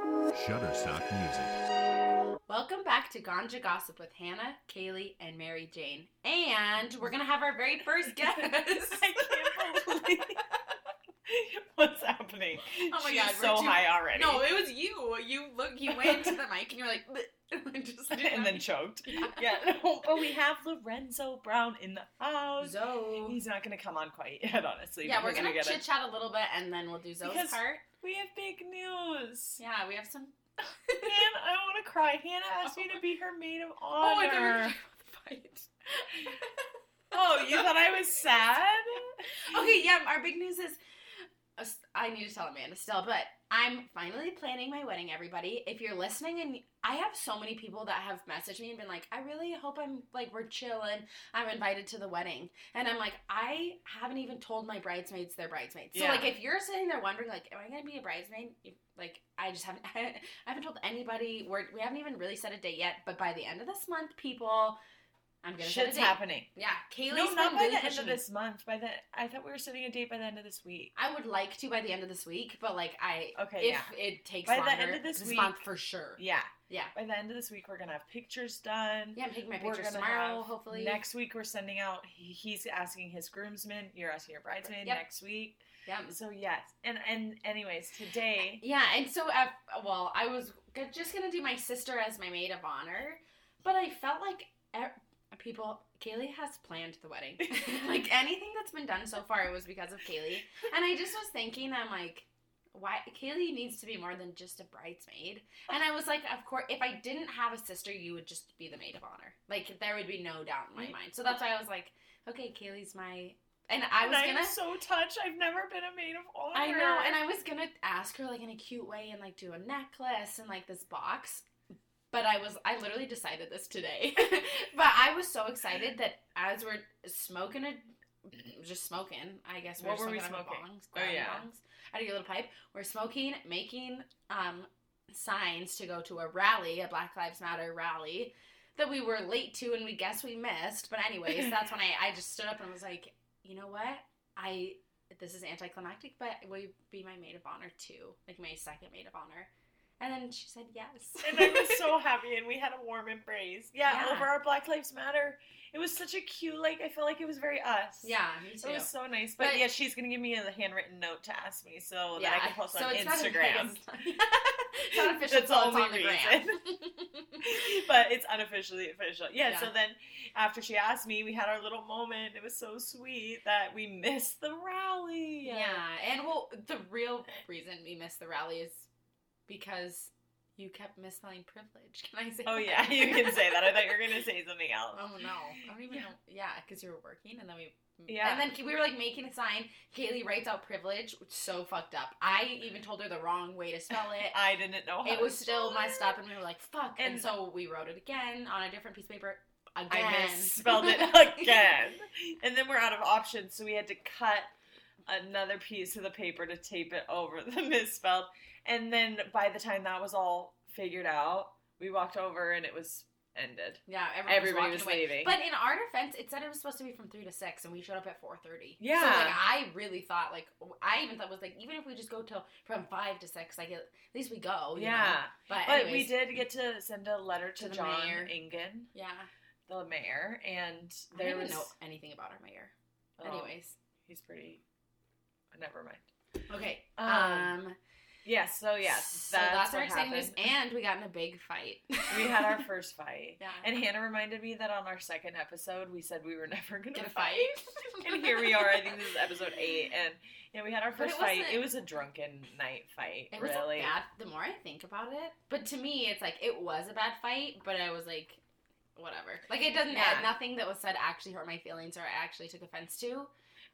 Shutterstock Music. Welcome back to Ganja Gossip with Hannah, Kaylee, and Mary Jane. And we're going to have our very first guest. I can't believe what's happening. Oh my She's God, so we're too- high already. no, it was you. You look, you went to the mic and you're like, "Bleh," just didn't and then know. choked. Yeah, no, but we have Lorenzo Brown in the house. Zoe. He's not going to come on quite yet, honestly. Yeah, we're because going we to gotta- chit chat a little bit and then we'll do Zoe's Because- part. We have big news. Yeah, we have some. Hannah, I want to cry. Hannah asked me to be her maid of Oh, I thought we were honor. gonna fight. Oh, you thought I was sad? Okay, yeah, our big news is uh, I need to tell Amanda still, but I'm finally planning my wedding, everybody. If you're listening and I have so many people that have messaged me and been like, I really hope I'm like we're chilling. I'm invited to the wedding. And I'm like, I haven't even told my bridesmaids they're bridesmaids. So Yeah. like if you're sitting there wondering like, am I gonna be a bridesmaid? You- Like I just haven't I haven't told anybody. We're we haven't even really set a date yet, but by the end of this month, people I'm gonna set a Shit's date. happening. Yeah, Kaylee's no, been not by really the end pushing of me. this month. By the I thought we were setting a date by the end of this week. I would like to by the end of this week, but like I Okay, if yeah. it takes By the longer, end of this week- month for sure. Yeah. Yeah. yeah, By the end of this week, we're gonna have pictures done. I'm taking my We're pictures gonna tomorrow. have- Hopefully, Next week, we're sending out. he- He's asking his groomsmen. You're asking your bridesmaid Yep. next week. yeah, So yes, and and anyways, today yeah. And so, uh, well, I was g- just gonna do my sister as my maid of honor, but I felt like e- people. Kaylee has planned the wedding. like anything that's been done so far, it was because of Kaylee. And I just was thinking, I'm like, why Kaylee needs to be more than just a bridesmaid. And I was like, of course, if I didn't have a sister, you would just be the maid of honor. Like there would be no doubt in my mind. So that's why I was like, okay, Kaylee's my. And I was and I'm gonna. so touched. I've never been a maid of honor. I know, and I was gonna ask her like in a cute way and like do a necklace and like this box, but I was I literally decided this today. but I was so excited that as we're smoking a just smoking, I guess What were we just smoking on smoking? bongs, Oh, grabbing yeah. bongs out of your little pipe. We're smoking, making um signs to go to a rally, a Black Lives Matter rally. That we were late to and we guess we missed. But anyways, that's when I, I just stood up and was like, you know what? I this is anticlimactic, but will you be my maid of honor too? Like my second maid of honor. And then she said yes. And I was so happy, and we had a warm embrace. Yeah, Yeah. over our Black Lives Matter. It was such a cute. Like I felt like it was very us. yeah, me It too. was so nice, but, But- yeah, she's gonna give me a handwritten note to ask me so yeah. that I can post so on it's Instagram. Not, it's not official. so it's That's the on the only gram. but it's unofficially official. Yeah, Yeah. So then, after she asked me, we had our little moment. It was so sweet that we missed the rally. yeah. and well, the real reason we missed the rally is because you kept misspelling privilege. Can I say? Oh that? yeah, you can say that. I thought you were gonna say something else. Oh no, I don't even Yeah. know. Yeah, because you were working, and then we. Yeah. And then we were like making a sign. Kaylee writes out privilege, which is so fucked up. I even told her the wrong way to spell it. I didn't know. How It was still messed up, and we were like, "Fuck!" And, Oh, And- so we wrote it again on a different piece of paper. Again, I misspelled it again, and then we're out of options, so we had to cut another piece of the paper to tape it over the misspelled. And then by the time that was all figured out, we walked over and it was ended. yeah, everyone Everybody was was walking away. leaving. But in our defense, it said it was supposed to be from three to six, and we showed up at four thirty. Yeah. So like, I really thought like I even thought was like even if we just go till from five to six, like at least we go. oh, you know? yeah. But, But anyways, we did get to send a letter to, To the John mayor. Ingen, Yeah. the mayor, and I there don't was even know anything about our mayor. oh, Anyways, He's pretty. Never mind. okay. Um, Um, Yes. so yes, so that's, our what exciting news, happened. and we got in a big fight. we had our first fight, yeah. and Hannah reminded me that on our second episode we said we were never gonna Get a fight. fight, and here we are. I think this is episode eight, and yeah, we had our But it first fight. wasn't- It was a drunken night fight, It was really. a bad. The more I think about it, but to me, it's like it was a bad fight. But I was like, whatever. Like it doesn't Yeah. add nothing that was said actually hurt my feelings or I actually took offense to.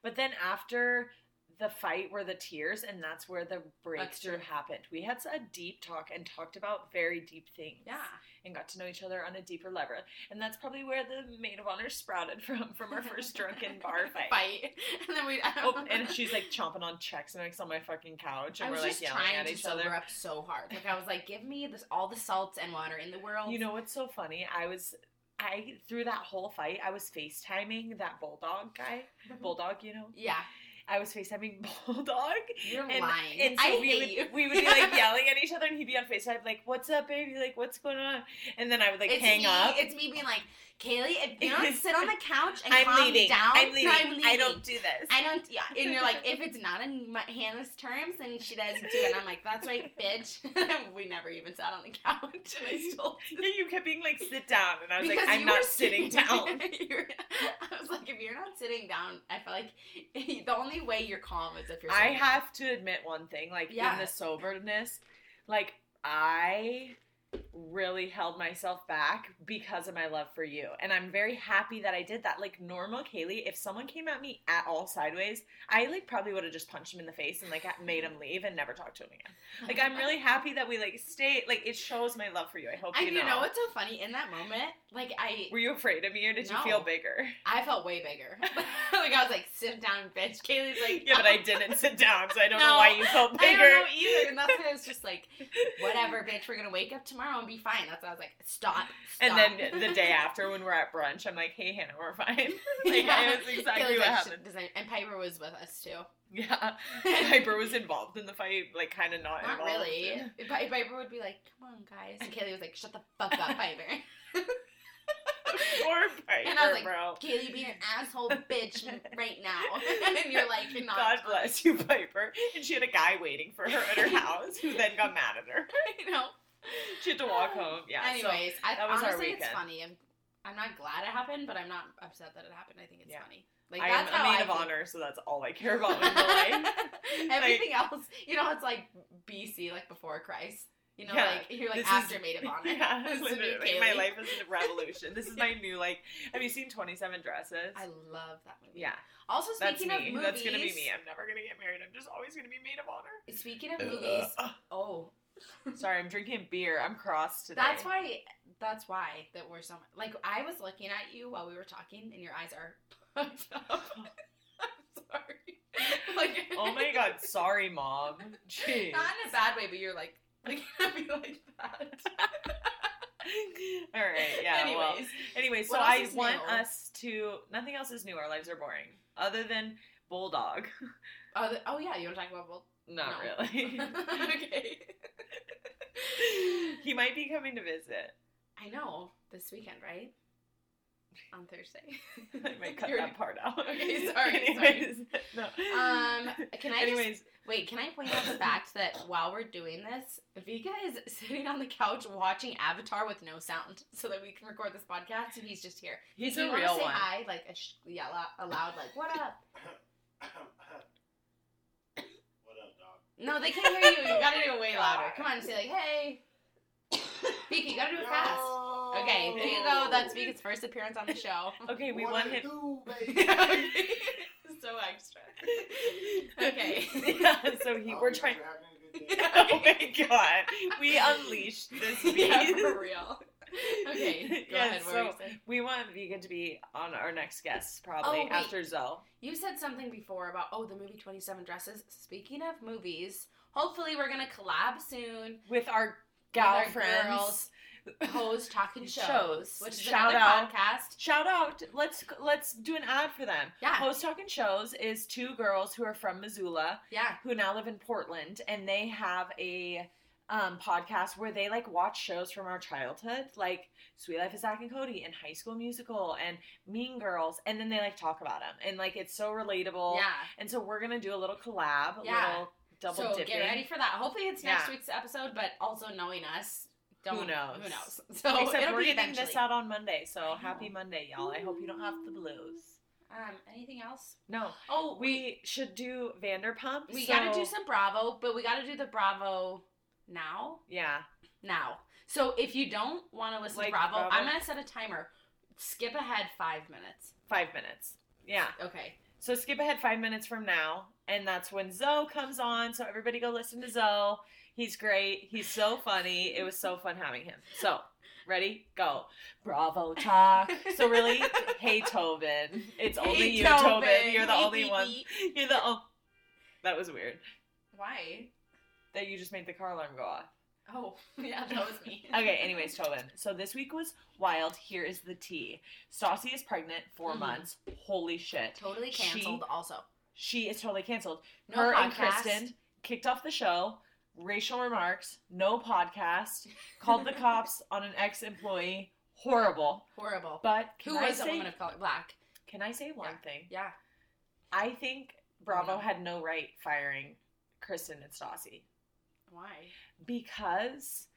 But then after the fight were the tears, and that's where the breakthrough true. happened. We had a deep talk and talked about very deep things. Yeah, And got to know each other on a deeper level. And that's probably where the maid of honor sprouted from, from our first drunken bar fight. Fight, and then we. Oh, and she's like chomping on checks mix on my fucking couch, and I was we're like just yelling trying at to each sober other. up so hard. Like I was like, give me this all the salts and water in the world. You know what's so funny? I was, I through that whole fight, I was FaceTiming that bulldog guy, bulldog. You know, Yeah, I was FaceTiming bulldog, you're and lying. and so I we hate would you. we would be like yelling at each other, and he'd be be on FaceTime, like, what's up, baby? Like, what's going on? And then I would like it's hang me, up. It's me being like, Kaylee, if you don't sit on the couch and I'm calm leaving. down, I'm leaving. I'm leaving. I don't do this. I don't. Yeah, and you're like, if it's not in my handless terms, then she doesn't do it. And I'm like, that's right, bitch. we never even sat on the couch, and I still. Yeah, you kept being like, sit down, and I was Because like, I'm you not were sitting down. You're- I was like, if you're not sitting down, I feel like the only way you're calm is if you're. I sitting down. have to admit one thing, like in Yeah. the soberness, like I really held myself back because of my love for you. And I'm very happy that I did that. Like normal Kaylee, if someone came at me at all sideways, I like probably would have just punched him in the face and like made him leave and never talked to him again. Like I'm really happy that we like stay like it shows my love for you. I hope And you know. you know what's so funny? In that moment, like I, Were you afraid of me or did you No. feel bigger? I felt way bigger. like I was like, sit down, bitch. Kaylee's like, Yeah, but I didn't sit down, so I don't know No. why you felt I bigger. don't know either. And that's why I was just like, whatever, bitch. We're gonna wake up tomorrow and be fine. That's why I was like, stop. And stop. then the day after, when we're at brunch, I'm like, "Hey, Hannah, we're fine." like, Yeah. I was exactly Kaylee's what like, "Shit, happened. does any- and Piper was with us too. Yeah, Piper was involved in the fight, like kind of not, Not involved. really. Pi- Piper would be like, "Come on, guys," and Kaylee was like, "Shut the fuck up, Piper." Poor Piper, And I was like, bro. Kaylee being an asshole bitch right now, and you're like, you're not. God bless you, Piper. And she had a guy waiting for her at her house, who then got mad at her. You know. She had to walk home. Yeah. so- Anyways, I, that was our honestly, it's weekend. funny. I'm, I'm not glad it happened, but I'm not upset that it happened. I think it's Yeah. funny. Like I am that's a how maid I of feel. honor, so that's all I care about in my life. Everything else, you know, it's like BC, like before Christ. You know, Yeah, like you're like this after is- maid of honor. Yeah, This is the new literally, my Kaylee. life is a revolution. This is my new like. Have you seen Twenty Seven Dresses? I love that movie. yeah, Also, that's speaking me. of movies, That's gonna be me. I'm never gonna get married. I'm just always gonna be maid of honor. Speaking of movies, Ugh. oh, Sorry, I'm drinking beer. I'm cross today. that's why. That's why that we're so like I was looking at you while we were talking, and your eyes are fucked up. I'm sorry. Like, Oh my god. Sorry, mom. Jeez. Not in a bad way, but you're like looking at me like that. All right. Yeah. Anyways, Well. Anyway, so What else I is want new? us to. Nothing else is new. Our lives are boring, other than bulldog. oh, the- oh yeah, you want to talk about both? Not No. really. okay. he might be coming to visit. I know this weekend, right? On Thursday. I might cut You're- that part out. Okay, sorry, Anyways, No. Um, can I just Anyways, Wait, can I point out the fact that while we're doing this, Vika is sitting on the couch watching Avatar with no sound, so that we can record this podcast, and he's just here. he's If a you wanna real say one. Hi, like a sh- yeah, lo- a loud like what up? what up, dog? No, they can't hear you. You gotta do it way louder. Come on, say like hey. Vika, you gotta do it fast. Okay, there you go. That's Vika's first appearance on the show. Okay, we What want it him. do, baby? so extra. Okay. Yeah, so he, Hope we're you guys trying. are having a good day. Oh my god, we unleashed this beast. yeah, for real. Okay, go Yeah, ahead. What were you so- saying? We want Vegan to be on our next guest, probably Oh, wait. after Zoe. You said something before about oh the movie Twenty Seven Dresses. Speaking of movies, hopefully we're gonna collab soon. with our with gal our friends. girls, hoes talking shows, Shows. which is Shout another out. podcast. Shout out! Let's let's do an ad for them. Yeah. Host Talking Shows is two girls who are from Missoula Yeah, who now live in Portland, and they have a um, podcast where they like watch shows from our childhood, like Sweet Life of Zack and Cody, and High School Musical, and Mean Girls, and then they like talk about them, and like it's so relatable. yeah. And so we're gonna do a little collab, Yeah. little double so dipping. get ready for that. Hopefully it's next Yeah. week's episode, but also knowing us, don't Who knows? Who knows? So Except Oh, it'll we're be getting eventually. this out on Monday, so I happy know. Monday, y'all. I hope you don't have the blues. Um, anything else? No, Oh, we we should do Vanderpump. we so- gotta do some Bravo, but we gotta do the Bravo now. Yeah, now. So if you don't want to listen Like to Bravo, Bravo? I'm gonna set a timer. Skip ahead five minutes. five minutes. Yeah, Okay. so skip ahead five minutes from now, and that's when Zoe comes on. So everybody go listen to Zoe. He's great. He's so funny. It was so fun having him. So ready, go. Bravo talk. So really, hey Tobin, it's only you, Tobin. You're the only one. You're the. Oh, that was weird. Why? That you just made the car alarm go off. Oh, yeah, that was me. Okay, anyways, Tobin. So this week was wild. Here is the tea. Stassi is pregnant, 4 Mhm. months. Holy shit. Totally She- canceled. also, She is totally canceled. no Her podcast. and Kristen kicked off the show. racial remarks, no podcast, called the cops on an ex employee. Horrible. Horrible. But can Who I was say, a woman of color? Black. Can I say one thing? Yeah. I think Bravo Yeah. had no right firing Kristen and Stassi Why? because,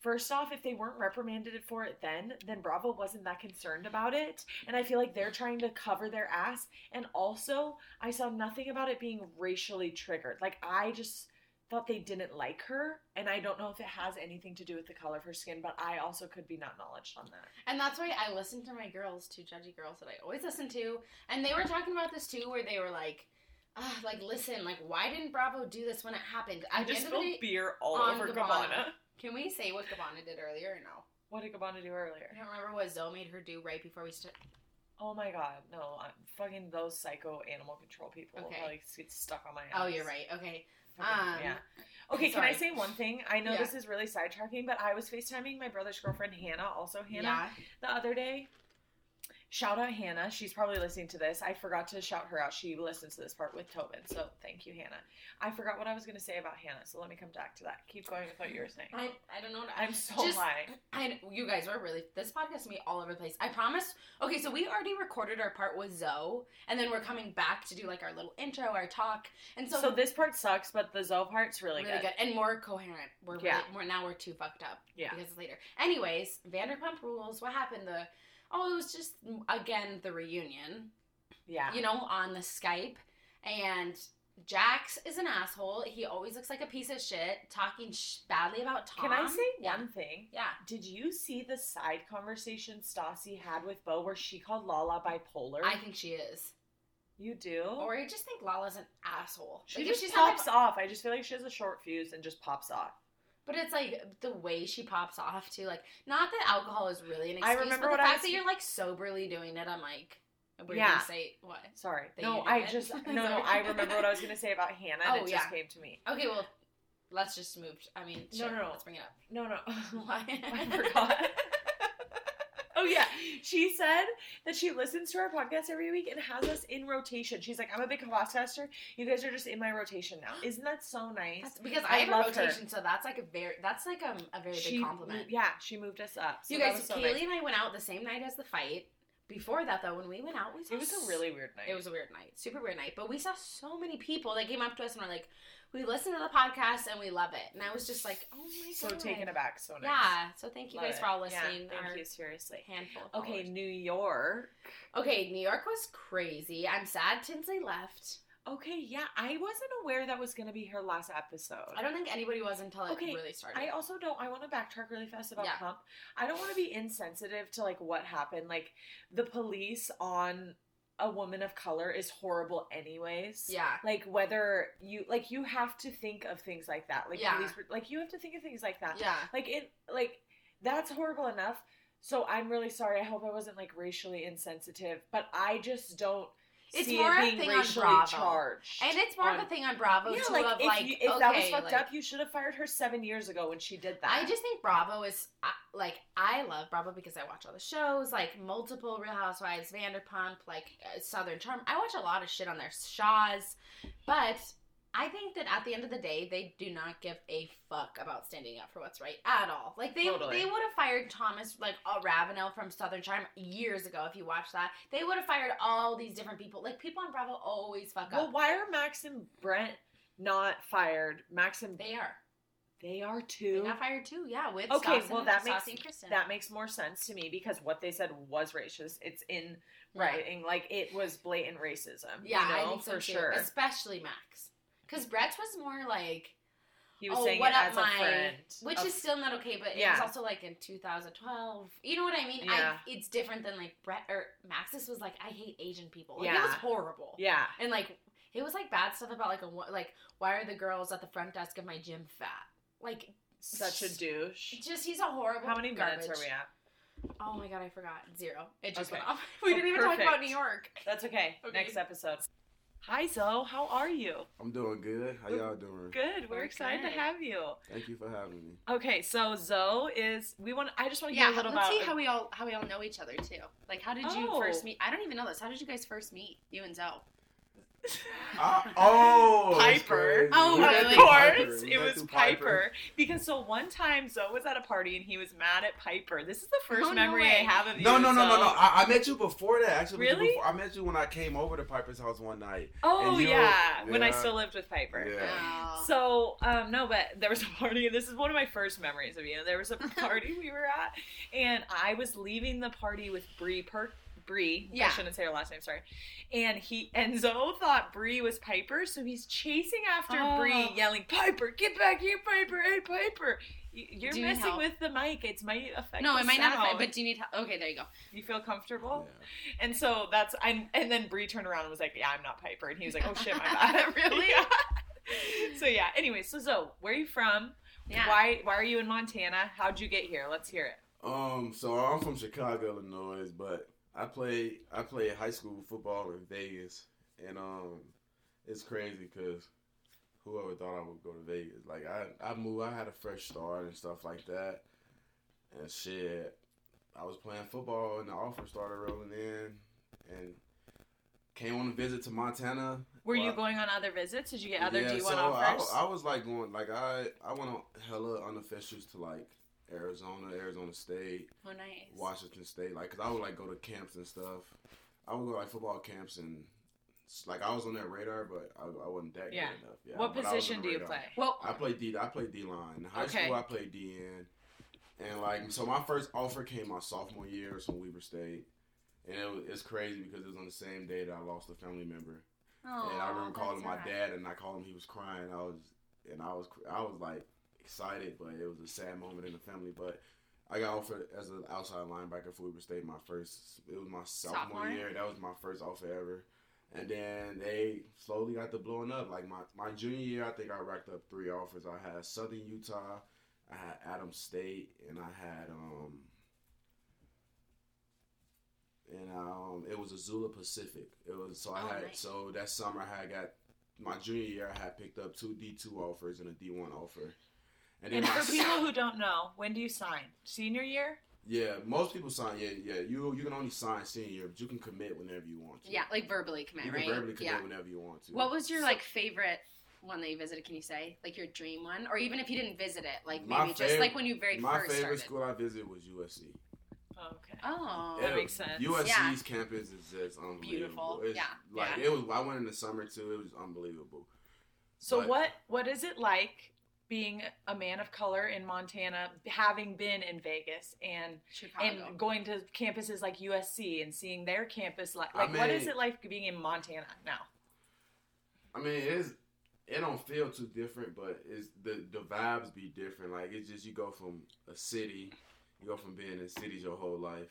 first off, if they weren't reprimanded for it then, then Bravo wasn't that concerned about it. And I feel like they're trying to cover their ass. And also, I saw nothing about it being racially triggered. Like, I just thought they didn't like her. And I don't know if it has anything to do with the color of her skin, but I also could be not knowledge on that. And that's why I listened to my girls, two judgy girls that I always listen to, and they were talking about this too, where they were like, ah, like listen, like why didn't Bravo do this when it happened? I At the just end of the spilled day- beer all on over Gabbana. Gabbana. Can we say what Gabbana did earlier or no? What did Gabbana do earlier? I don't remember what Zoe made her do right before we started. Oh my god, no! I'm fucking those psycho animal control people. Okay. Like get stuck on my. Ass. Oh, you're right. Okay. Fucking- Um, yeah. Okay, can I sorry. say one thing? I know Yeah. this is really sidetracking, but I was FaceTiming my brother's girlfriend Hannah, also Hannah, Yeah. the other day. Shout out Hannah. She's probably listening to this. I forgot to shout her out. She listens to this part with Tobin. So thank you, Hannah. I forgot what I was going to say about Hannah. So let me come back to that. Keep going with what you were saying. I, I don't know. What I, I'm so Just- high. I you guys were really this podcast me all over the place. I promise. Okay, so we already recorded our part with Zoe, and then we're coming back to do like our little intro, our talk, and so, So, this part sucks, but the Zoe part's really, really good. good. and more coherent. We're really, Yeah. we're now we're too fucked up. Yeah. because it's later. Anyways, Vanderpump Rules. What happened? The oh, it was just again the reunion. Yeah. You know, on the Skype, and Jax is an asshole. He always looks like a piece of shit, talking sh- badly about Tom. Can I say yeah. one thing? Yeah. Did you see the side conversation Stassi had with Bo where she called Lala bipolar? I Oh, think she is. you do? Or I just think Lala's an asshole. she Like, if just she's not my- pops off. I just feel like she has a short fuse and just pops off. but it's like the way she pops off too. Like, not that alcohol is really an I excuse, remember but what the I fact that was- you're like soberly doing it, I'm like, we're Yeah. gonna say what? Sorry. That you No, did I it. just no no. Sorry. I remember what I was gonna say about Hannah. and Oh, it yeah. just came to me. Okay, well, let's just move. t- I mean, No, shit, no, no. let's bring it up. No no. Why? I forgot. Oh yeah, she said that she listens to our podcast every week and has us in rotation. She's like, "I'm a big podcaster. You guys are just in my rotation now. Isn't that so nice?" That's- because I I have a love her. rotation, so that's like a very that's like um, a very big compliment. mo- Yeah, she moved us up. So you that guys, was so Kaylee nice. and I went out the same night as the fight. Before that, though, when we went out, we saw It was a s- really weird night. It was a weird night, super weird night. But we saw so many people that came up to us and were like, "We listen to the podcast and we love it." And I was just like, "Oh my so god!" taken aback. So nice. Yeah. So thank you Love guys it. for all Yeah, listening. thank Our you seriously. handful. Of Okay, followers. New York. Okay. New York was crazy. I'm sad Tinsley left. Okay, yeah, I wasn't aware that was going to be her last episode. I don't think anybody was until it Okay, really started. I also don't. I want to backtrack really fast about Yeah. Pump. I don't want to be insensitive to like what happened. Like the police on a woman of color is horrible, anyways. yeah. Like whether you like you have to think of things like that. Like Yeah. police, like you have to think of things like that. Yeah. like it like that's horrible enough so i'm really sorry i hope i wasn't like racially insensitive but i just don't It's see more a it being thing on racially Bravo. charged And it's more of on- a thing on Bravo yeah too like of if, like you, if okay, that was fucked like, up you should have fired her seven years ago when she did that I just think Bravo is I- like I love Bravo because I watch all the shows, like multiple Real Housewives, Vanderpump, like uh, Southern Charm. I watch a lot of shit on their Shaws, but I think that at the end of the day, they do not give a fuck about standing up for what's right at all. Like they Totally. they would have fired Thomas like uh, Ravenel from Southern Charm years ago if you watch that. They would have fired all these different people. Like people on Bravo always fuck well up. why are max and brent not fired max and They are. they are They too got fired too. Yeah, with Okay, Stassi well, and- that Stassi makes- and Kristen. that makes more sense to me because what they said was racist it's in writing like it was blatant racism Yeah, you know, I think so for too. sure Especially Max, because Brett was more like, he was "Oh, saying what it up, as my-" a friend which A is still not okay, but it Yeah. was also like in 2012. You know what I mean? Yeah. I, it's different than like Brett or Max's was like, I hate Asian people. Like, It Yeah. was horrible. Yeah. And like it was like bad stuff about like a wo- like why are the girls at the front desk of my gym fat? Like Such a douche. just he's a horrible. How many garbage. minutes are we at? Oh my god, I forgot zero. It just Okay. went off. We Oh, didn't even talk about perfect. New York. That's okay. Okay. Next episode. Hi Zoe, how are you? I'm doing good. How y'all doing? Good. We're We're excited good. to have you. Thank you for having me. Okay, so Zoe is we want I just want to Yeah, hear a little let's about see how we all how we all know each other too. Like, how did you Oh. first meet? I don't even know this. How did you guys first meet? You and Zoe. I, oh, it's Piper. crazy. Oh, We went Of really? through course, We it went was through Piper. Because so one time Zoe was at a party and he was mad at Piper. This is the first Oh, no memory way. I have of you. No, no, no, no, Zoe. no. I, I met you before that. Actually, I met you Really? before- I met you when I came over to Piper's house one night. Oh And you- yeah, when I yeah. still lived with Piper. Yeah. Oh. So, um, no, but there was a party. This is one of my first memories of you. There was a party we were at, and I was leaving the party with Bree Perk. Bree, I Yeah. shouldn't say her last name. Sorry. And he Enzo thought Bree was Piper, so he's chasing after Oh. Bree, yelling, "Piper, get back here, Piper! Hey, Piper! Y- You're Do you need messing help? with the mic. It's might affect. no, the it might not sound. affect, but do you need help? Okay, there you go. you feel comfortable. Yeah. And so that's and and then Bree turned around and was like, "Yeah, I'm not Piper," and he was like, "Oh shit, my bad." Really? Yeah. So yeah. Anyway, so Zoe, where are you from? Yeah. Why Why are you in Montana? How'd you get here? Let's hear it. Um, so I'm from Chicago, Illinois, but I played I played high school football in Vegas, and um, it's crazy because whoever thought I would go to Vegas, like I I moved, I had a fresh start and stuff like that, and shit, I was playing football and the offer started rolling in, and came on a visit to Montana. Were you Well, going on other visits? Did you get other D1 so I, offers? I was like going like I I went on hella unofficials to like Arizona, Arizona State. Oh, nice. Washington State, like, 'cause I would like go to camps and stuff. I would go like football camps and s- like I was on their radar, but I, I wasn't that Yeah. good enough. Yeah, what but I was position on do the you radar. play? Well, I played D. I played D line. In high Okay. school, I played DN, and like so, my first offer came my sophomore year. It was from Weber State, and it was, it's crazy because it was on the same day that I lost a family member. and Oh, I remember calling my dad, and I called him. He was crying. I was, and I was, cr- I was like excited, but it was a sad moment in the family. But I got offered as an outside linebacker for Weber State. My first, it was my sophomore, Sophomore? year. That was my first offer ever. And then they slowly got to blowing up. Like my my junior year, I think I racked up three offers. I had Southern Utah, I had Adams State, and I had um. And um, it was Azula Pacific. It was so I Oh, had nice. so that summer I had got my junior year I had picked up two D two offers and a D one offer. And then And my for s- people who don't know, when do you sign? Senior year? yeah, most people sign yeah yeah you you can only sign senior year, but you can commit whenever you want to. Yeah, like verbally commit, you can right? verbally commit yeah. whenever you want to. What was your So- like favorite one that you visited? Can you say like your dream one, or even if you didn't visit it, like My maybe just fav- like when you very my first favorite started? school I visited was USC. Okay. Oh, Yeah. makes sense. USC's Yeah. campus is just unbelievable. Beautiful. It's, Yeah, like yeah. it was. I went in the summer too. It was unbelievable. So But- what What is it like being a man of color in Montana, having been in Vegas and Chicago. and going to campuses like USC and seeing their campus life. I Like, what is mean- it like being in Montana now? I mean, it's it don't feel too different, but it's the the vibes be different. Like it's just you go from a city, you go from being in cities your whole life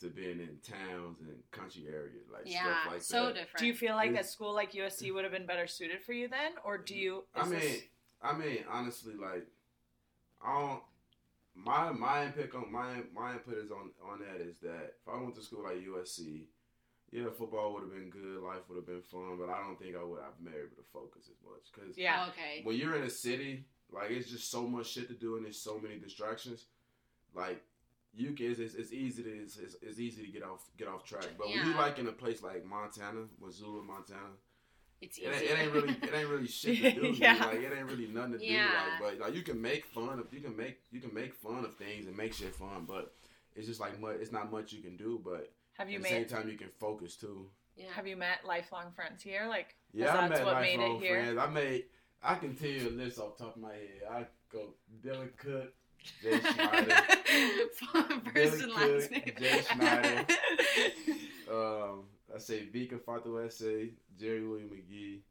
to being in towns and country areas, like yeah, stuff like so that. different. Do you feel like a It's- school like USC would have been better suited for you then, or do you? I is mean, this- I mean, honestly, like I don't. My my input on my my input is on on that is that if I went to school like USC, yeah, football would have been good, life would have been fun, but I don't think I would have been able to focus as much because yeah, Oh, okay. when you're in a city, like it's just so much shit to do and there's so many distractions. Like you can, it's, it's easy to it's, it's, it's easy to get off get off track. But when you Yeah. like in a place like Montana, Missoula, Montana, It's easy. it ain't, it ain't really it ain't really shit to do. Yeah. Like it ain't really nothing to Yeah. do. Like, but like you can make fun of you can make you can make fun of things and make shit fun. But it's just like mu it's not much you can do. But have you at the same made time, you can focus too. yeah. have you met lifelong friends here? Like, 'cause Yeah, I that's met what made lifelong it here. friends. I made. I can tell you a list off the top of my head. I go Dylan Cook, Jay Schneider, First and Cook, last name. Jay Schneider. um, I say Vika Fatuese, Jerry William McGee.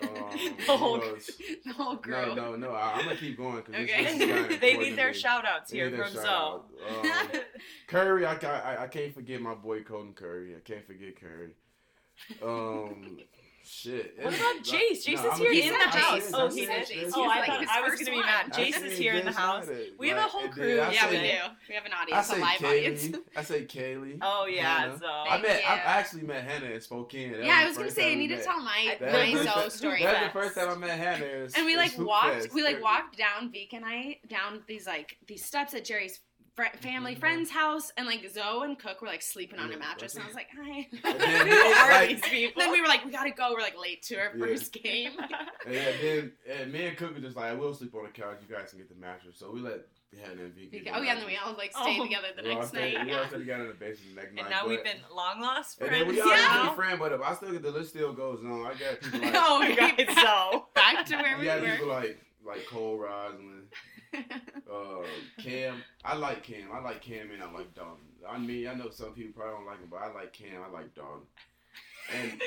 Um, The who whole else? the whole crew. no, no, no. I, am gonna keep going because Okay. this, is kinda they important need to their me. shout outs They here need their from Zoe. shout-out. Um, Curry, I, ca- I I can't forget my boy Colton Curry. I can't forget Curry. Um, shit. What It's- about like- Jace? Jace is I'm here a- in the I said house. Jace, Oh, I he said did. Jace. He's oh, I like thought his I was first gonna be one. mad. I Jace said is here in the Jace house. Snyder. We have a Like, whole and crew. then I yeah, we do. say- We have an I audience, a say live audience. Kaylee. I say Kaylee. Oh yeah, Hannah. Zoe. I met. I you. actually met Hannah in Spokane. That yeah, I the was gonna first say I time we need to met. tell my That my was the Zoe first- story. That's fast. the first time I met Hannah. It's- and we it's like Hoop walked Fest. we like walked down Vic and I down these like these steps at Jerry's fr- Mm-hmm. family friend's house, and like Zoe and Cook were like sleeping on a mattress, and I was like, hi. And Who then, are like- these people? then we were like, we gotta go. We're like late to our Yeah. first game. Oh, And then and me and Cook were just like, we'll sleep on the couch. You guys can get the mattress. So we let Hannah and Vicky. We get go- the oh yeah, and then we mattress. all like stayed Oh. together the We all next stayed- night. We all yeah. stayed together in the basement the next night. and now we've but- been long lost And friends. then we all Yeah. been friends, but if I still get the list still goes on, I got people like, No, Oh my we god, got so back to where you we got were. people like like Cole Roslin, uh, Cam. I like Cam. I like Cam, and I like Don. I mean, I know some people probably don't like him, but I like Cam. I like Don. And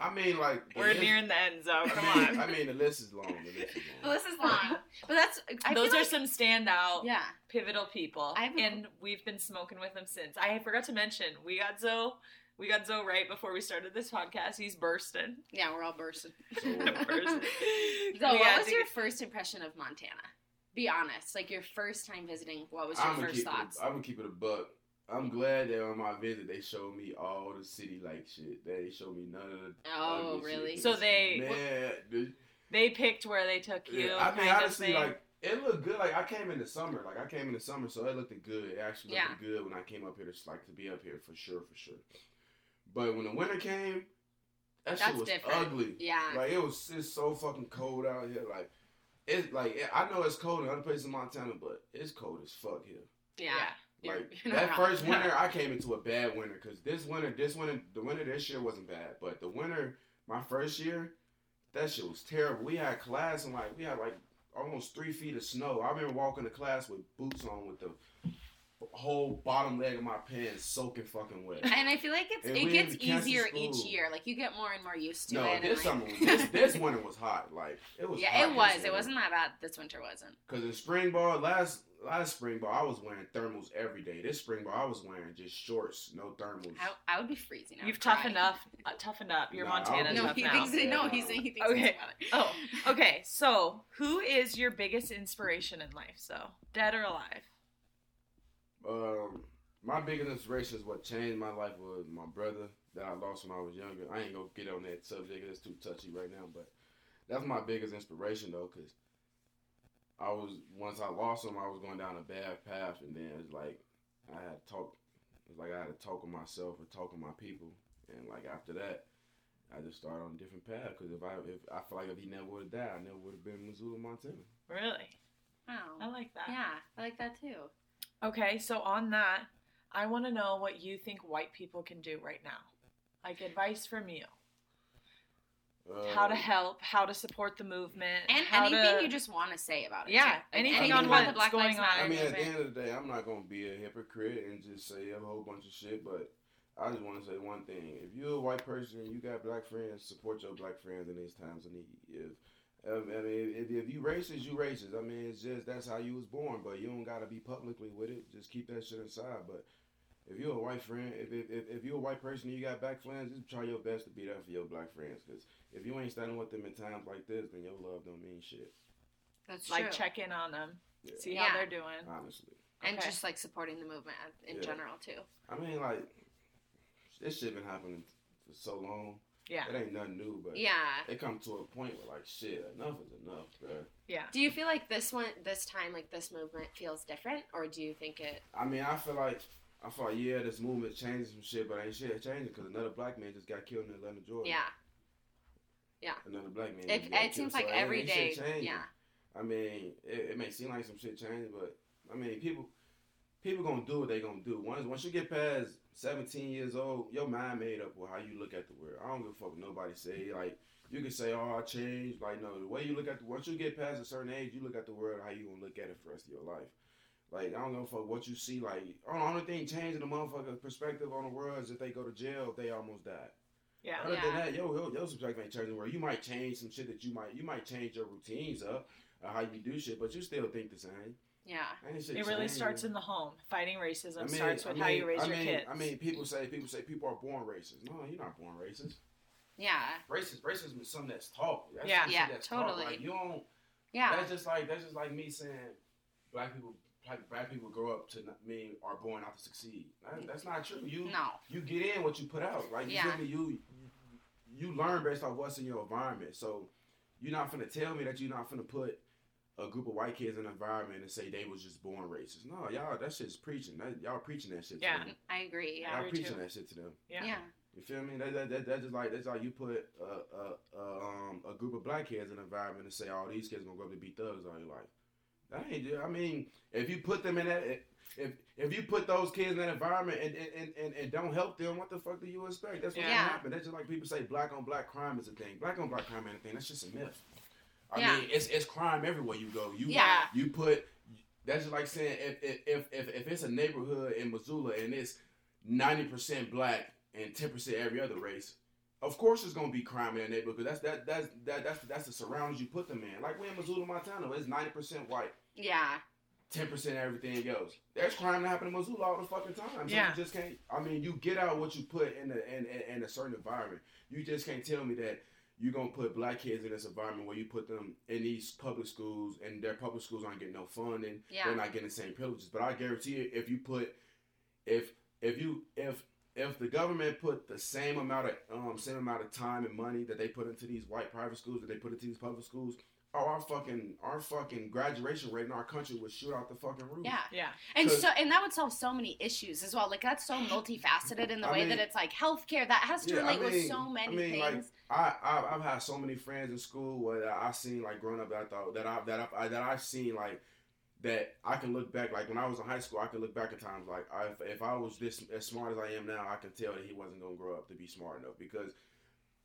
I mean, like the we're list- nearing the end zone. Come I mean, on. I mean, the list is long. The list is Well, long. this is long, but that's I Those feel are like- some standout yeah. pivotal people, I have a- and we've been smoking with them since. I forgot to mention we got Zoe. We got Zoe right before we started this podcast. He's bursting. Yeah, we're all bursting. So, Zoe, uh, bursting. what was your first impression of Montana? Be honest, like your first time visiting. What was your I'm gonna first keep thoughts? it. I'm gonna keep it a buck. I'm glad that on my visit they showed me all the city like shit. They didn't show me none of the. oh, ugly really? Shit. So they- Man, dude, They picked where they took you. Yeah, I mean, kind of honestly, thing. like it looked good. Like I came in the summer. Like I came in the summer, so it looked good. It actually looked good when I came up here. Just like to be up here for sure, for sure. But when the winter came, that shit That's was different. ugly. Yeah. Like it was, it's so fucking cold out here. Like it's like I know it's cold in other places in Montana, but it's cold as fuck here. yeah. You're- Like you're that not wrong. first winter, I came into a bad winter because this winter, this winter, the winter this year wasn't bad, but the winter my first year, that shit was terrible. We had class and like we had like almost three feet of snow. I remember walking to class with boots on with the whole bottom leg of my pants soaking fucking wet. And I feel like it's And it we gets didn't cancel easier school. each year. Like you get more and more used to no, it. and, this like- summer, was- this, this winter was hot. Like it was. yeah, it was. It wasn't that bad. This winter wasn't. because in spring ball last. Last spring ball, I was wearing thermals every day. This spring ball, I was wearing just shorts, no thermals. I, I would be freezing. I would You've cry. toughened up. Uh, toughened up. You're Nah, Montana I'll No, enough tough he now. thinks it, no, Yeah. he's he thinks Okay. it's about Oh, okay. So, who is your biggest inspiration in life? So, dead or alive? Um, my biggest inspiration is what changed my life was my brother that I lost when I was younger. I ain't gonna get on that subject; it's too touchy right now. But that's my biggest inspiration though, cause I was once I lost him, I was going down a bad path, and then it's like I had to talk, it's like I had to talk with myself and talk with my people, and like after that. I just started on a different path because if I if I feel like if he never would have died, I never would have been in Missoula, Montana. Really? I Wow. like that. Oh, Yeah, I like that too. Okay, so on that, I want to know what you think white people can do right now. Like advice from you. how to Um, help, how to support the movement, And how anything to- you just want to say about it. Yeah, too. Like, anything on about what's the Black going Lives on. Matter I mean, at the movement. end of the day, I'm not gonna be a hypocrite and just say a whole bunch of shit. But I just want to say one thing: if you're a white person and you got black friends, support your black friends in these times of need. If um, I mean, if, if you racist, you racist. I mean, it's just that's how you was born. But you don't gotta be publicly with it. Just keep that shit inside. But if you're a white friend, if if, if, if you're a white person and you got black friends, just try your best to be there for your black friends. Because if you ain't standing with them in times like this, then your love don't mean shit. That's like true. check in on them, Yeah. see Yeah. how they're doing. Honestly. and Okay. just like supporting the movement in Yeah. general too. I mean, like, this shit been happening for so long. yeah, It ain't nothing new, but Yeah. it come to a point where, like, shit, enough is enough, bro. yeah. Do you feel like this one, this time, like this movement feels different, or do you think it? I mean, I feel like, I feel like, yeah, this movement changed some shit, but ain't shit changing because another black man just got killed in Atlanta, Georgia. Yeah, Another black man. it, just got it seems killed, like so every ain't shit day. changing. Yeah, I mean, it, it may seem like some shit changed, but I mean, people people gonna do what they gonna do. Once once you get past seventeen years old, your mind made up with how you look at the world. I don't give a fuck what nobody say. Like you can say, "Oh, I changed." Like no, the way you look at the once you get past a certain age, you look at the world how you gonna look at it for the rest of your life. Like I don't give a fuck what you see. Like the only thing changing the motherfucker's perspective on the world is if they go to jail, if they almost died. Yeah. Other Yeah. than that, yo, yo, yo, subject ain't changing. Where you might change some shit that you might, you might change your routines up, or how you do shit, but you still think the same. yeah, Ain't shit It really changing. starts in the home. Fighting racism I mean, starts I with mean, how you raise I your mean, kids. I mean, people say people say people are born racist. No, you're not born racist. yeah, Racist, racism is something that's taught. That's Yeah. some shit Yeah, that's taught. totally. Like you don't. yeah, That's just like that's just like me saying black people, black, black people grow up to not, mean are born not to succeed. That- that's not true. You no, you get in what you put out. Like you Yeah. feel me? You you learn based off what's in your environment. So you're not finna tell me that you're not finna put a group of white kids in an environment and say they was just born racist. No, y'all, that shit's preaching. That, y'all preaching that shit. Yeah. To them. I agree. Yeah, Yeah. y'all me preaching too. that shit to them. Yeah. Yeah. You feel me? That that, that, that just like that's how you put a, a, a um a group of black kids in an environment and say all these kids gonna go up to be thugs all your life. That ain't. I mean, if you put them in that. If, if you put those kids in that environment and, and- and, and, and don't help them, what the fuck do you expect? That's what's Yeah. gonna happen. That's just like people say black on black crime is a thing. Black on black crime ain't a thing. That's just a myth. I Yeah. mean, it's it's crime everywhere you go. You Yeah. you put that's just like saying if if if if, if it's a neighborhood in Missoula and it's ninety percent black and ten percent every other race, of course there's gonna be crime in that neighborhood. 'cause That's that that's that that's that's the surroundings you put them in. Like we in Missoula, Montana, it's ninety percent white. Yeah. Ten percent everything else. There's crime that happen in Missoula all the fucking time. So Yeah. You just can't. I mean, you get out what you put in the in, in, in a certain environment. You just can't tell me that you're gonna put black kids in this environment where you put them in these public schools and their public schools aren't getting no funding Yeah. they're not getting the same privileges. But I guarantee you, if you put, if if you if if the government put the same amount of um same amount of time and money that they put into these white private schools that they put into these public schools, oh, our fucking our fucking graduation rate in our country would shoot out the fucking roof. Yeah. Yeah. And Cause- so and that would solve so many issues as well. Like that's so multifaceted in the I way mean- that it's like healthcare that has to Yeah, I relate with mean- so many I mean, like, things. I, I I've had so many friends in school where I seen like growing up that I thought that I that I that I've seen like that I can look back like when I was in high school I can look back at times like I, if if I was this as smart as I am now I can tell that he wasn't gonna grow up to be smart enough because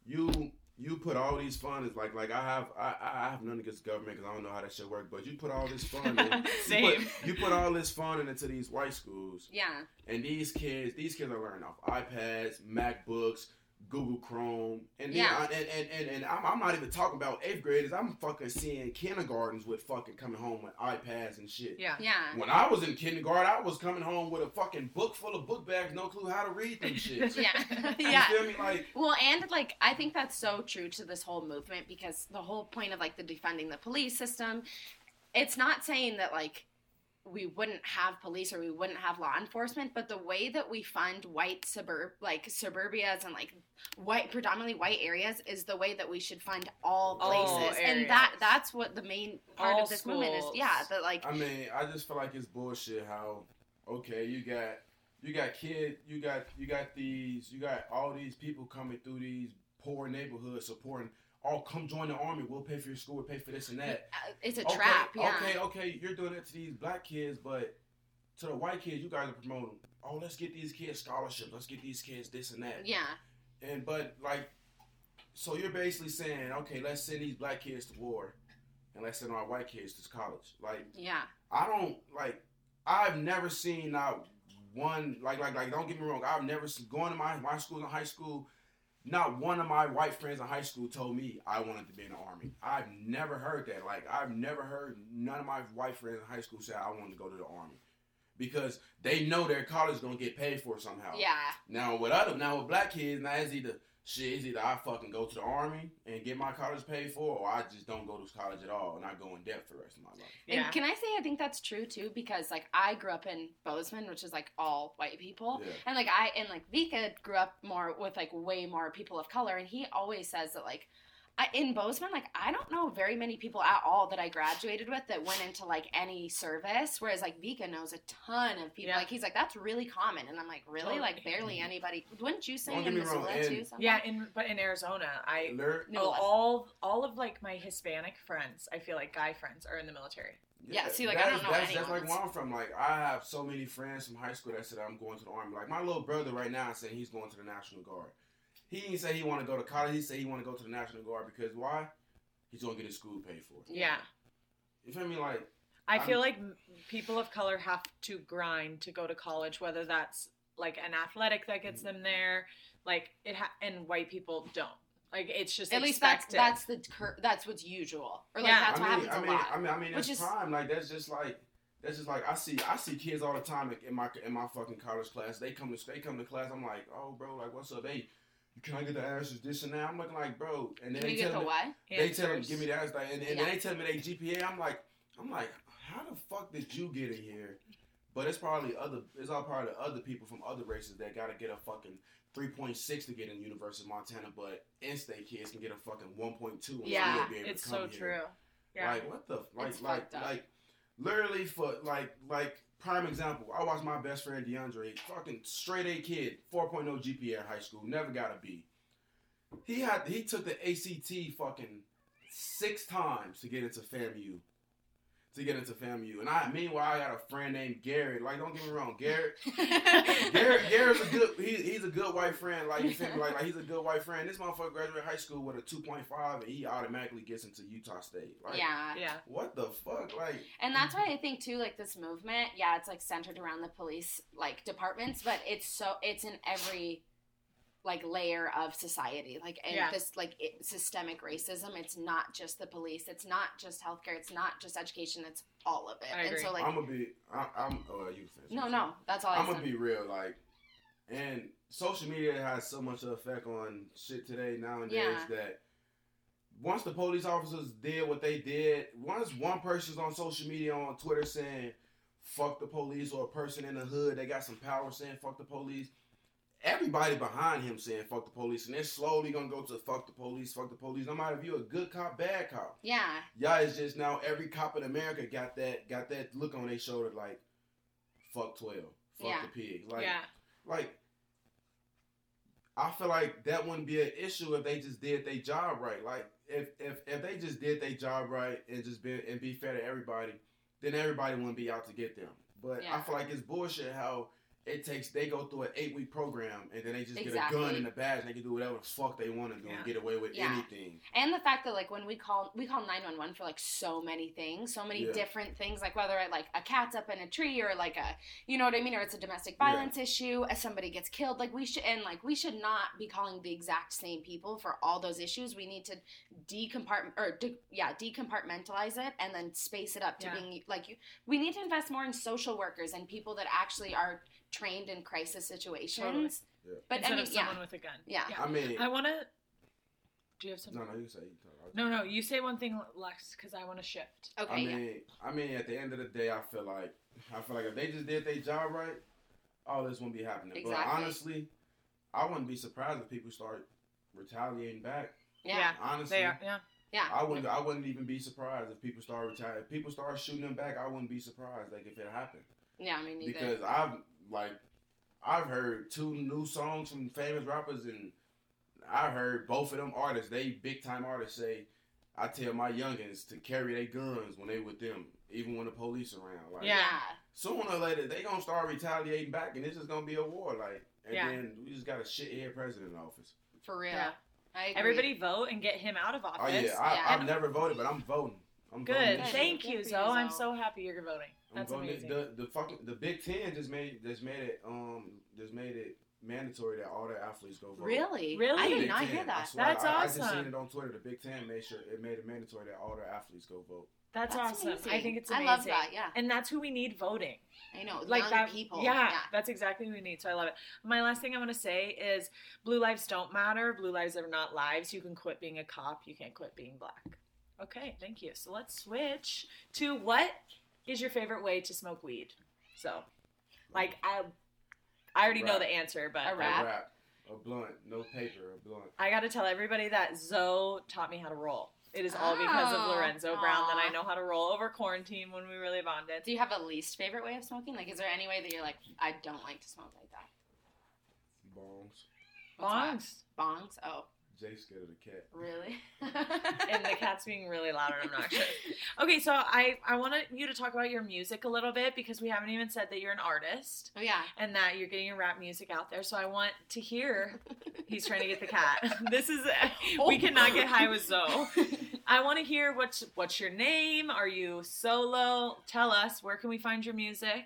you you put all these funds like like I have I I have none against government because I don't know how that shit work but you put all this fun in, You, Same. put, you put all this fun into these white schools yeah. and these kids, these kids are learning off iPads, MacBooks, Google Chrome, and Yeah. yeah, and and and, and I'm, I'm not even talking about eighth graders. I'm fucking seeing kindergartens with fucking coming home with iPads and shit. Yeah. Yeah. When I was in kindergarten, I was coming home with a fucking book full of book bags, no clue how to read them shit. Yeah. You yeah. feel me? Like, Well, and like I think that's so true to this whole movement because the whole point of like the defunding the police system, it's not saying that like we wouldn't have police or we wouldn't have law enforcement, but the way that we fund white suburb like suburbias and like white predominantly white areas is the way that we should fund all All places. and that areas. that's what the main part All of this movement is. schools. Yeah, that like I mean, I just feel like it's bullshit. How okay, you got you got kid, you got you got these, you got all these people coming through these poor neighborhoods supporting. Oh, come join the army. We'll pay for your school. We'll pay for this and that. uh, it's a trap, yeah. Okay, okay, you're doing that to these black kids, but to the white kids, you guys are promoting. Oh, let's get these kids scholarships. Let's get these kids this and that. Yeah. And but like, so you're basically saying, okay, let's send these black kids to war, and let's send our white kids to college. Like, Yeah. I don't like. I've never seen not one like like like. Don't get me wrong. I've never seen, going to my my school in high school. Not one of my white friends in high school told me I wanted to be in the army. I've never heard that. Like I've never heard none of my white friends in high school say I wanted to go to the army because they know their college gonna get paid for somehow. Yeah. Now with other now with black kids now it's either shit it's either I fucking go to the army and get my college paid for or I just don't go to college at all and I go in debt for the rest of my life. Yeah. And can I say I think that's true too? Because like I grew up in Bozeman, which is like all white people. Yeah. And like I and like Vika grew up more with like way more people of color, and he always says that like I, in Bozeman, like I don't know very many people at all that I graduated with that went into like any service. Whereas like Vika knows a ton of people. Yeah. Like he's like that's really common, and I'm like really like Totally. barely anybody. Wouldn't you say Mm-hmm. Don't get in me wrong, Missoula and- too? something? Yeah, in but in Arizona, I Alert. No, oh, like- all all of like my Hispanic friends, I feel like guy friends are in the military. Yeah, see, like, I that don't is- know That's, any that's like ones. where I'm from. Like, I have so many friends from high school that said I'm going to the army. Like, my little brother right now is saying he's going to the National Guard. He didn't say he want to go to college. He said he want to go to the National Guard because why? He's gonna get his school paid for. Yeah. You feel me? Like, I feel I'm- like m- people of color have to grind to go to college, whether that's like an athletic that gets them there, like it, ha- and white people don't. Like it's just At least that's expected. that's the cur- that's what's usual, or like Yeah. that's I what mean, happens I mean, a lot. I mean, I mean, Which that's is- prime. Like, that's just like. That's just like I see. I see kids all the time in my in my fucking college class. They come to they come to class. I'm like, oh, bro, like, what's up? Hey, can I get the answers? This and that. I'm looking like, bro. And then Can they we get tell the me, what? They tell them, Answers. give me the ass and, and Yeah. they tell me they GPA. I'm like, I'm like, how the fuck did you get in here? But it's probably other, it's all probably other people from other races that gotta get a fucking 3.6 to get in University of Montana, but in-state kids can get a fucking 1.2. and Yeah, still be able to It's come so here. true. Yeah. Like what the f- like It's like fucked up. like literally for like like prime example. I watched my best friend DeAndre, fucking straight A kid, 4.0 GPA in high school, never got a B. He had he took the ACT fucking six times to get into FAMU. To get into FAMU. And I meanwhile I got a friend named Garrett. Like don't get me wrong, Garrett Garrett, Garrett's a good. He, he's a good white friend. Like you feel me? Like, like he's a good white friend. This motherfucker graduated high school with a two point five, and he automatically gets into Utah State. Like, yeah. Yeah. What the fuck? Like, And that's why I think too, like this movement, yeah, it's like centered around the police like departments, but it's so it's in every like layer of society, like and Yeah. this like it, systemic racism. It's not just the police. It's not just healthcare. It's not just education. It's all of it. I And so agree. like, I'm gonna be. I, I'm. Oh, you finish. no, no, that's all. I'm I'm gonna be real. Like, and social media has so much effect on shit today nowadays Yeah. that once the police officers did what they did, once one person's on social media on Twitter saying "fuck the police" or a person in the hood they got some power saying "fuck the police." Everybody behind him saying "fuck the police," and they're slowly gonna go to "fuck the police, fuck the police." No matter if you're a good cop, bad cop, yeah, yeah, it's just now every cop in America got that got that look on their shoulder like, fuck twelve, fuck Yeah. the pigs. Like, yeah. like I feel like that wouldn't be an issue if they just did their job right. Like if if if they just did their job right and just been and be fair to everybody, then everybody wouldn't be out to get them. But I Yeah. feel like it's bullshit how it takes they go through an eight week program and then they just get a gun Exactly. and a badge and they can do whatever the fuck they want to do Yeah. and get away with Yeah. anything. and the fact that like when we call we call 911 for like so many things so many Yeah. different things like whether like a cat's up in a tree or like a you know what i mean or it's a domestic Yeah. violence issue as somebody gets killed like we should and like we should not be calling the exact same people for all those issues we need to decompartment or de- yeah decompartmentalize it and then space it up to Yeah. being like you we need to invest more in social workers and people that actually are trained in crisis situations Yeah. but Instead i mean of yeah someone with a gun. Yeah. I mean, I want to. Do you have something? no, no, you say you talk. No, no. You say one thing, Lex, because I want to shift. okay I yeah mean, I mean, at the end of the day, I feel like I feel like if they just did their job right, all this wouldn't be happening. But Exactly. honestly, I wouldn't be surprised if people start retaliating back. yeah, Honestly, They are. Yeah. yeah. I wouldn't. I wouldn't even be surprised if people start retaliating. If people start shooting them back, I wouldn't be surprised. Like if it happened, Yeah, I mean, neither. because I've like I've heard two new songs from famous rappers, and I heard both of them artists. They big time artists say. I tell my youngins to carry their guns when they with them, even when the police around. Like, Yeah. sooner or later they gonna start retaliating back, and it's just gonna be a war. Like, and Yeah. then we just got a shithead president in office. for real. Yeah. I agree. Everybody vote and get him out of office. Oh yeah, I, yeah. I've never voted, but I'm voting. I'm Good. Voting this year. Thank Good you, for Zoe. you, I'm Zoe. so happy you're voting. I'm That's voting. amazing. The, the fucking the Big Ten just made just made it um just made it mandatory that all their athletes go vote. Really? Really? I The did Big not Ten, hear I that. swear, That's I, I just awesome. seen it on Twitter. The Big Ten made sure it made it mandatory that all their athletes go vote. That's, awesome. amazing. I think it's amazing. I love that. Yeah, And that's who we need voting. I know. Like young that people. Yeah, that's exactly who we need. So I love it. My last thing I want to say is blue lives don't matter. Blue lives are not lives. You can quit being a cop. You can't quit being black. Okay, thank you. So let's switch to what is your favorite way to smoke weed? So like I I already know Right. the answer, but A A Rap. rap, a blunt, no paper, a blunt. I gotta tell everybody that Zoe taught me how to roll. It is all because of Oh, Lorenzo Brown that I aw. know how to roll over quarantine when we really bonded. Do you have a least favorite way of smoking? Like, is there any way that you're like, I don't like to smoke like that? Bongs. What's Bongs. that? Bongs. Oh, Jay scared of the cat. really? and the cat's being really loud and obnoxious. Okay, so I I wanted you to talk about your music a little bit because we haven't even said that you're an artist Oh yeah. and that you're getting your rap music out there. So I want to hear. He's trying to get the cat. This is we cannot get high with Zoe. I want to hear what's what's your name? Are you solo? Tell us where can we find your music?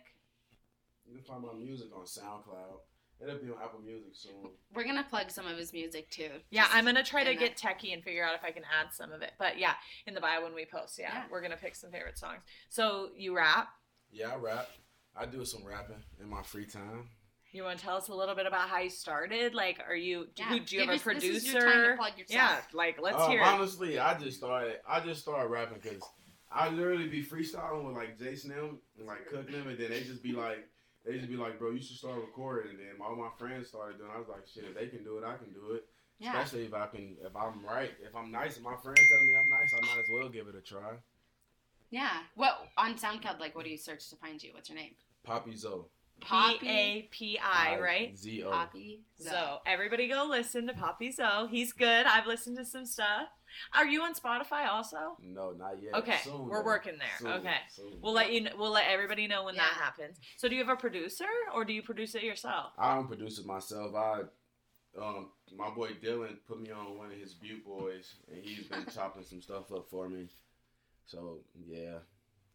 You can find my music on SoundCloud. It'll be on Apple Music soon. We're gonna plug some of his music too. Yeah, Just- I'm gonna try to in the- get techie and figure out if I can add some of it. But yeah, in the bio when we post, yeah, Yeah. we're gonna pick some favorite songs. So you rap. Yeah, I rap. I do some rapping in my free time. You want to tell us a little bit about how you started? Like, are you do, Yeah. who, do Give you have a us- this producer? is your time to plug yourself. Yeah, like let's Um, hear. it. Honestly, I just started. I just started rapping because I literally be freestyling with like Jason them and like cooking them, and then they just be like, they just be like, bro, you should start recording. And then all my friends started doing. it. I was like, shit, if they can do it, I can do it. Yeah. Especially if I can, if I'm right, if I'm nice, and my friends tell me I'm nice, I might as well give it a try. Yeah. What on SoundCloud? Like, what do you search to find you? What's your name? Poppy Zoe. P A P I, right? Z O. Poppy. So everybody go listen to Poppy Zoe. He's good. I've listened to some stuff. Are you on Spotify also? No, not yet. Okay, Soon, we're though. working there. Soon, Okay. soon. We'll let you. Know, we'll let everybody know when that Yeah. happens. So do you have a producer or do you produce it yourself? I don't produce it myself. I, um, my boy Dylan put me on one of his Butte boys, and he's been chopping some stuff up for me. So yeah,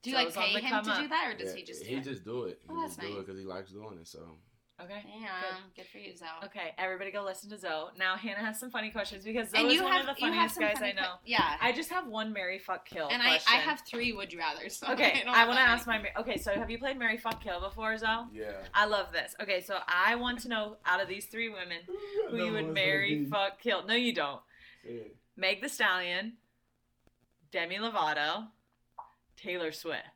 do you So like it's on pay the him come to do up. that, or does Yeah, he just? Do he it? just do it. He Oh, that's just do nice. it because he likes doing it. So Okay. Damn. Good for you, Zoe. Okay. Everybody go listen to Zoe. Now Hannah has some funny questions because Zoe And is you one have of the you have funniest some guys funny I know. que- yeah. I just have one Mary fuck kill. and I, question. I have three would you rather. So Okay, don't I have want to that ask many. my. Okay, so have you played Mary Fuck Kill before, Zoe? yeah. I love this. Okay, so I want to know out of these three women who you would marry, fuck, kill. No, you don't. Meg the Stallion, Demi Lovato, Taylor Swift.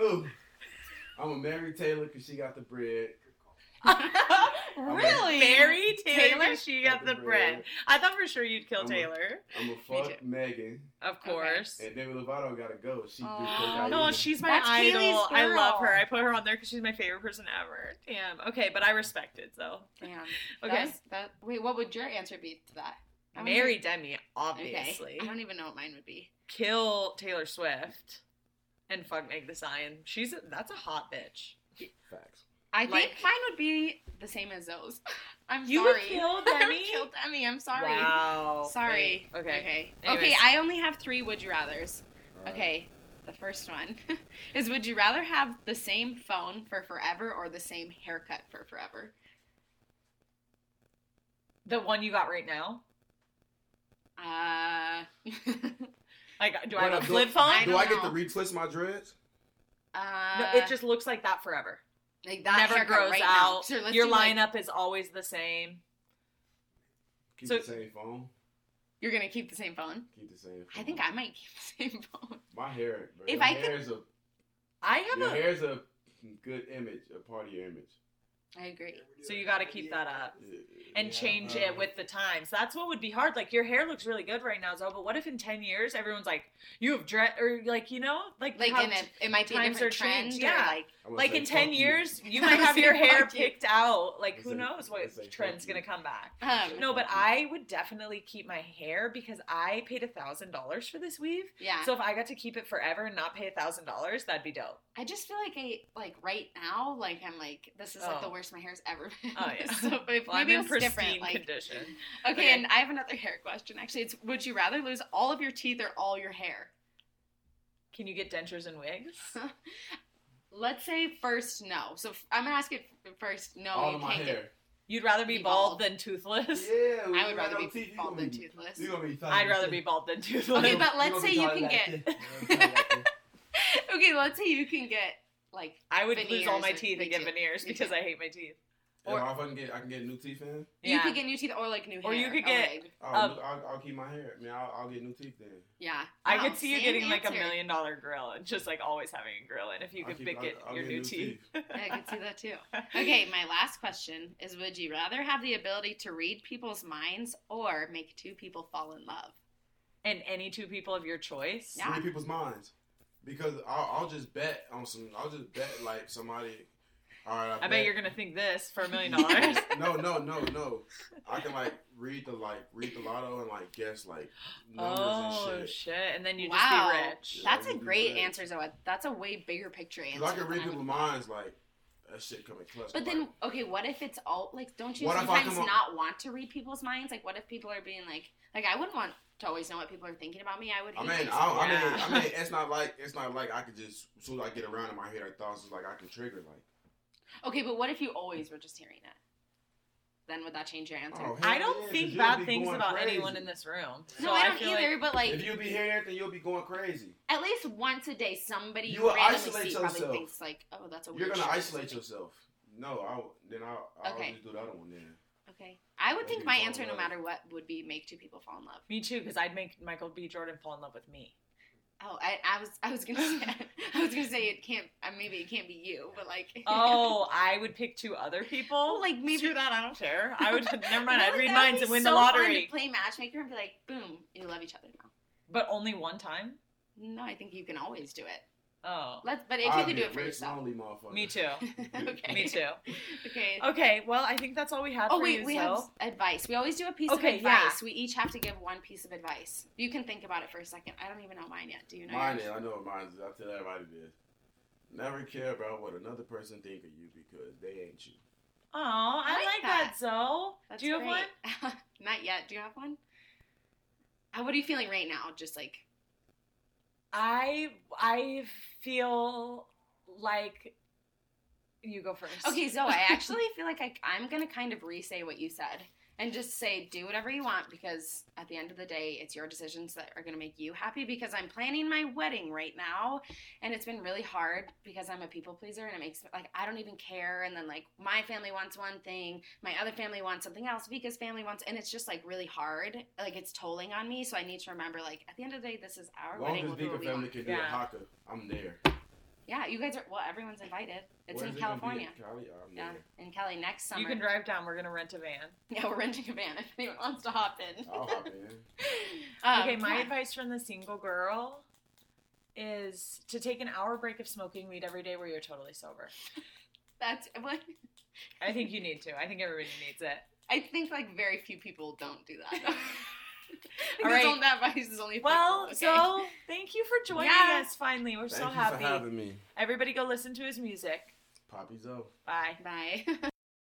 Ooh. I'm gonna marry Taylor because she got the bread. really? Marry Taylor, Taylor? 'cause she got the bread. I thought for sure you'd kill I'm a- Taylor, I'm gonna fuck Megan, of course. and Demi Lovato gotta go. She do Aw. cocaine. No, she's my Oh, That's idol. Kaylee's I love her. girl. I put her on there because she's my favorite person ever. Damn. Okay, but I respect it, so. Damn. Okay. That was- that- wait, what would your answer be to that? I wonder- Marry Demi, Okay. obviously. I don't even know what mine would be. Kill Taylor Swift and fuck Meg the Stallion. She's a, that's a hot bitch. Facts. I Like- think mine would be the same as Zoe's. I'm You would sorry. kill I Demi. would kill Demi. I'm sorry. Wow. Sorry. Okay. Okay. Anyways. Okay, I only have three would you rathers. All right. Okay. The first one is would you rather have the same phone for forever or the same haircut for forever? The one you got right now. Uh, Like, do I Wait, have a do- flip I phone? Do don't I get to know. retwist my dreads? uh, No, it just looks like that forever. like that never haircut grows right now. out. So let's Your do, like- lineup is always the same. Keep So- the same phone. You're gonna keep the same phone. Keep the same. Phone. I think I might keep the same phone. My hair. Bro, If your I hair could- is a I have your a. hair's a good image, a part of your image. I agree. So you got to keep that up and Yeah, change uh, it with the times. That's what would be hard. Like your hair looks really good right now, Zoe. But what if in ten years everyone's like, you have dread, or like you know, like Like how in it, it might be a times different are trend. changed, or, yeah. Like I'm gonna like say in 10 fuck you. years you I might have say your hair fuck you. picked out like I who say- knows I what say fuck trend's you. gonna come back um, no but i would definitely keep my hair because i paid a thousand dollars for this weave yeah. so if i got to keep it forever and not pay a thousand dollars that'd be dope I just feel like I like right now, like I'm like this is like the Oh. worst my hair's ever been. Oh, yeah. so if well, i'm maybe in it's pristine different. Like condition okay, Okay. and I have another hair question. Actually, it's would you rather lose all of your teeth or all your hair? can you get dentures and wigs Let's say first no. So f- I'm gonna ask it first. No, All you of my can't hair. you'd rather be Be bald. bald than toothless Yeah. get. I you got would rather no be teeth, you bald gonna than be- toothless. you gonna be fine. i'd rather be bald than toothless Okay, but You let's gonna say be you tired can like get- this. You gonna be tired like this. Okay, let's say you can get like i would lose all veneers my or- teeth me and get too. veneers Me because too. i hate my teeth If Or- I- if I can get, I can get new teeth in. you Yeah. could get new teeth or like new hair. Or you a could get- wig. I'll, Um, I'll, I'll keep my hair. I mean, I'll, I'll get new teeth then. yeah. I Wow, could see you same getting like a answer. million dollar grill and just like always having a grill. And if you I'll could keep- pick I'll- it, I'll your get new new teeth. Yeah, I could see that too. Okay, my last question is Would you rather have the ability to read people's minds or make two people fall in love? And any two people of your choice. Yeah. Read people's minds, because I'll, I'll just bet on some. I'll just bet like somebody. All right. I, I bet you're gonna think this for a million dollars. no, no, no, no. I can like read the like read the lotto and like guess like numbers Oh and shit. shit! And then you Wow. just be rich. That's Yeah, a we'd be great great. answer, Zoe. That's a way bigger picture Cause answer. I can than read would- people's minds like that shit coming clutch. But like, then, okay, what if it's all like, don't you What if I sometimes come up- not want to read people's minds? Like, what if people are being like, like, I wouldn't want to always know what people are thinking about me. I would I hate mean, I, don't- myself. I mean, Yeah. I mean, it's not like it's not like I could just as soon as I get around in my head, I thoughts is like I can trigger like. Okay, but what if you always were just hearing it? Then would that change your answer? Oh, hell I don't yeah, 'cause think you'll bad be things going about crazy. anyone in this room. no, So I don't feel either, like- but like. If you be hearing everything, you'll be going crazy. At least once a day, somebody You will randomly isolate see yourself. probably thinks like, "Oh, that's a weird." You're gonna shirt or isolate something. yourself. No, I w- then I'll, I'll Okay. just do the other one then. Okay, I would Or think you my fall in answer, no love. matter what, would be make two people fall in love. me too, because I'd make Michael B. Jordan fall in love with me. Oh, I, I was, I was gonna, say, I was gonna say it can't. Uh, maybe it can't be you, but like, Oh, I would pick two other people. Well, like maybe. Screw that. I don't care. I would. Never mind. No, I'd read that would minds be and win so the fun lottery. to play matchmaker and be like, boom, you love each other now. But only one time? No, I think you can always do it. Oh. Let's, but if you I'd can be do a it for rich, yourself. lonely motherfucker. Me too. okay. Me too. Okay. Okay, well, I think that's all we had Oh for wait, you, we Zoe. have advice. We always do a piece Okay, of yeah. advice. We each have to give one piece of advice. You can think about it for a second. I don't even know mine yet. Do you know? Mine is. yours? I know what mine is. I tell everybody this. Never care about what another person think of you because they ain't you. Oh, I, I like like, that, Zoe. That's Do you have one? great. Not yet. Do you have one? Uh, what are you feeling right now? Just like I I feel like you go first. okay, Zoe. I actually feel like I, I'm gonna kind of re-say what you said and just say do whatever you want because at the end of the day, it's your decisions that are gonna make you happy. Because I'm planning my wedding right now, and it's been really hard because I'm a people pleaser, and it makes me like I don't even care. And then like my family wants one thing, my other family wants something else, Vika's family wants, and it's just like really hard. Like it's tolling on me, so I need to remember like at the end of the day, this is our As long wedding. as We'll do Vika what we family want. can do Yeah. a haka, I'm there. Yeah, you guys are well. Everyone's invited. It's Where in is it gonna be? California. In Cali? I'm Yeah, there. in Cali next summer. You can drive down. We're gonna rent a van. Yeah, we're renting a van if anyone wants to hop in. I'll hop in. Um, okay, my yeah. advice from the single girl is to take an hour break of smoking weed every day where you're totally sober. That's what I think you need to. I think everybody needs it. I think. Like very few people don't do that. All All right. right. Only, that advice is only. for people, Well, okay? so thank you for joining Yeah. us finally. We're Thank so you happy. for having me. Everybody go listen to his music. Poppy's out. Bye. bye.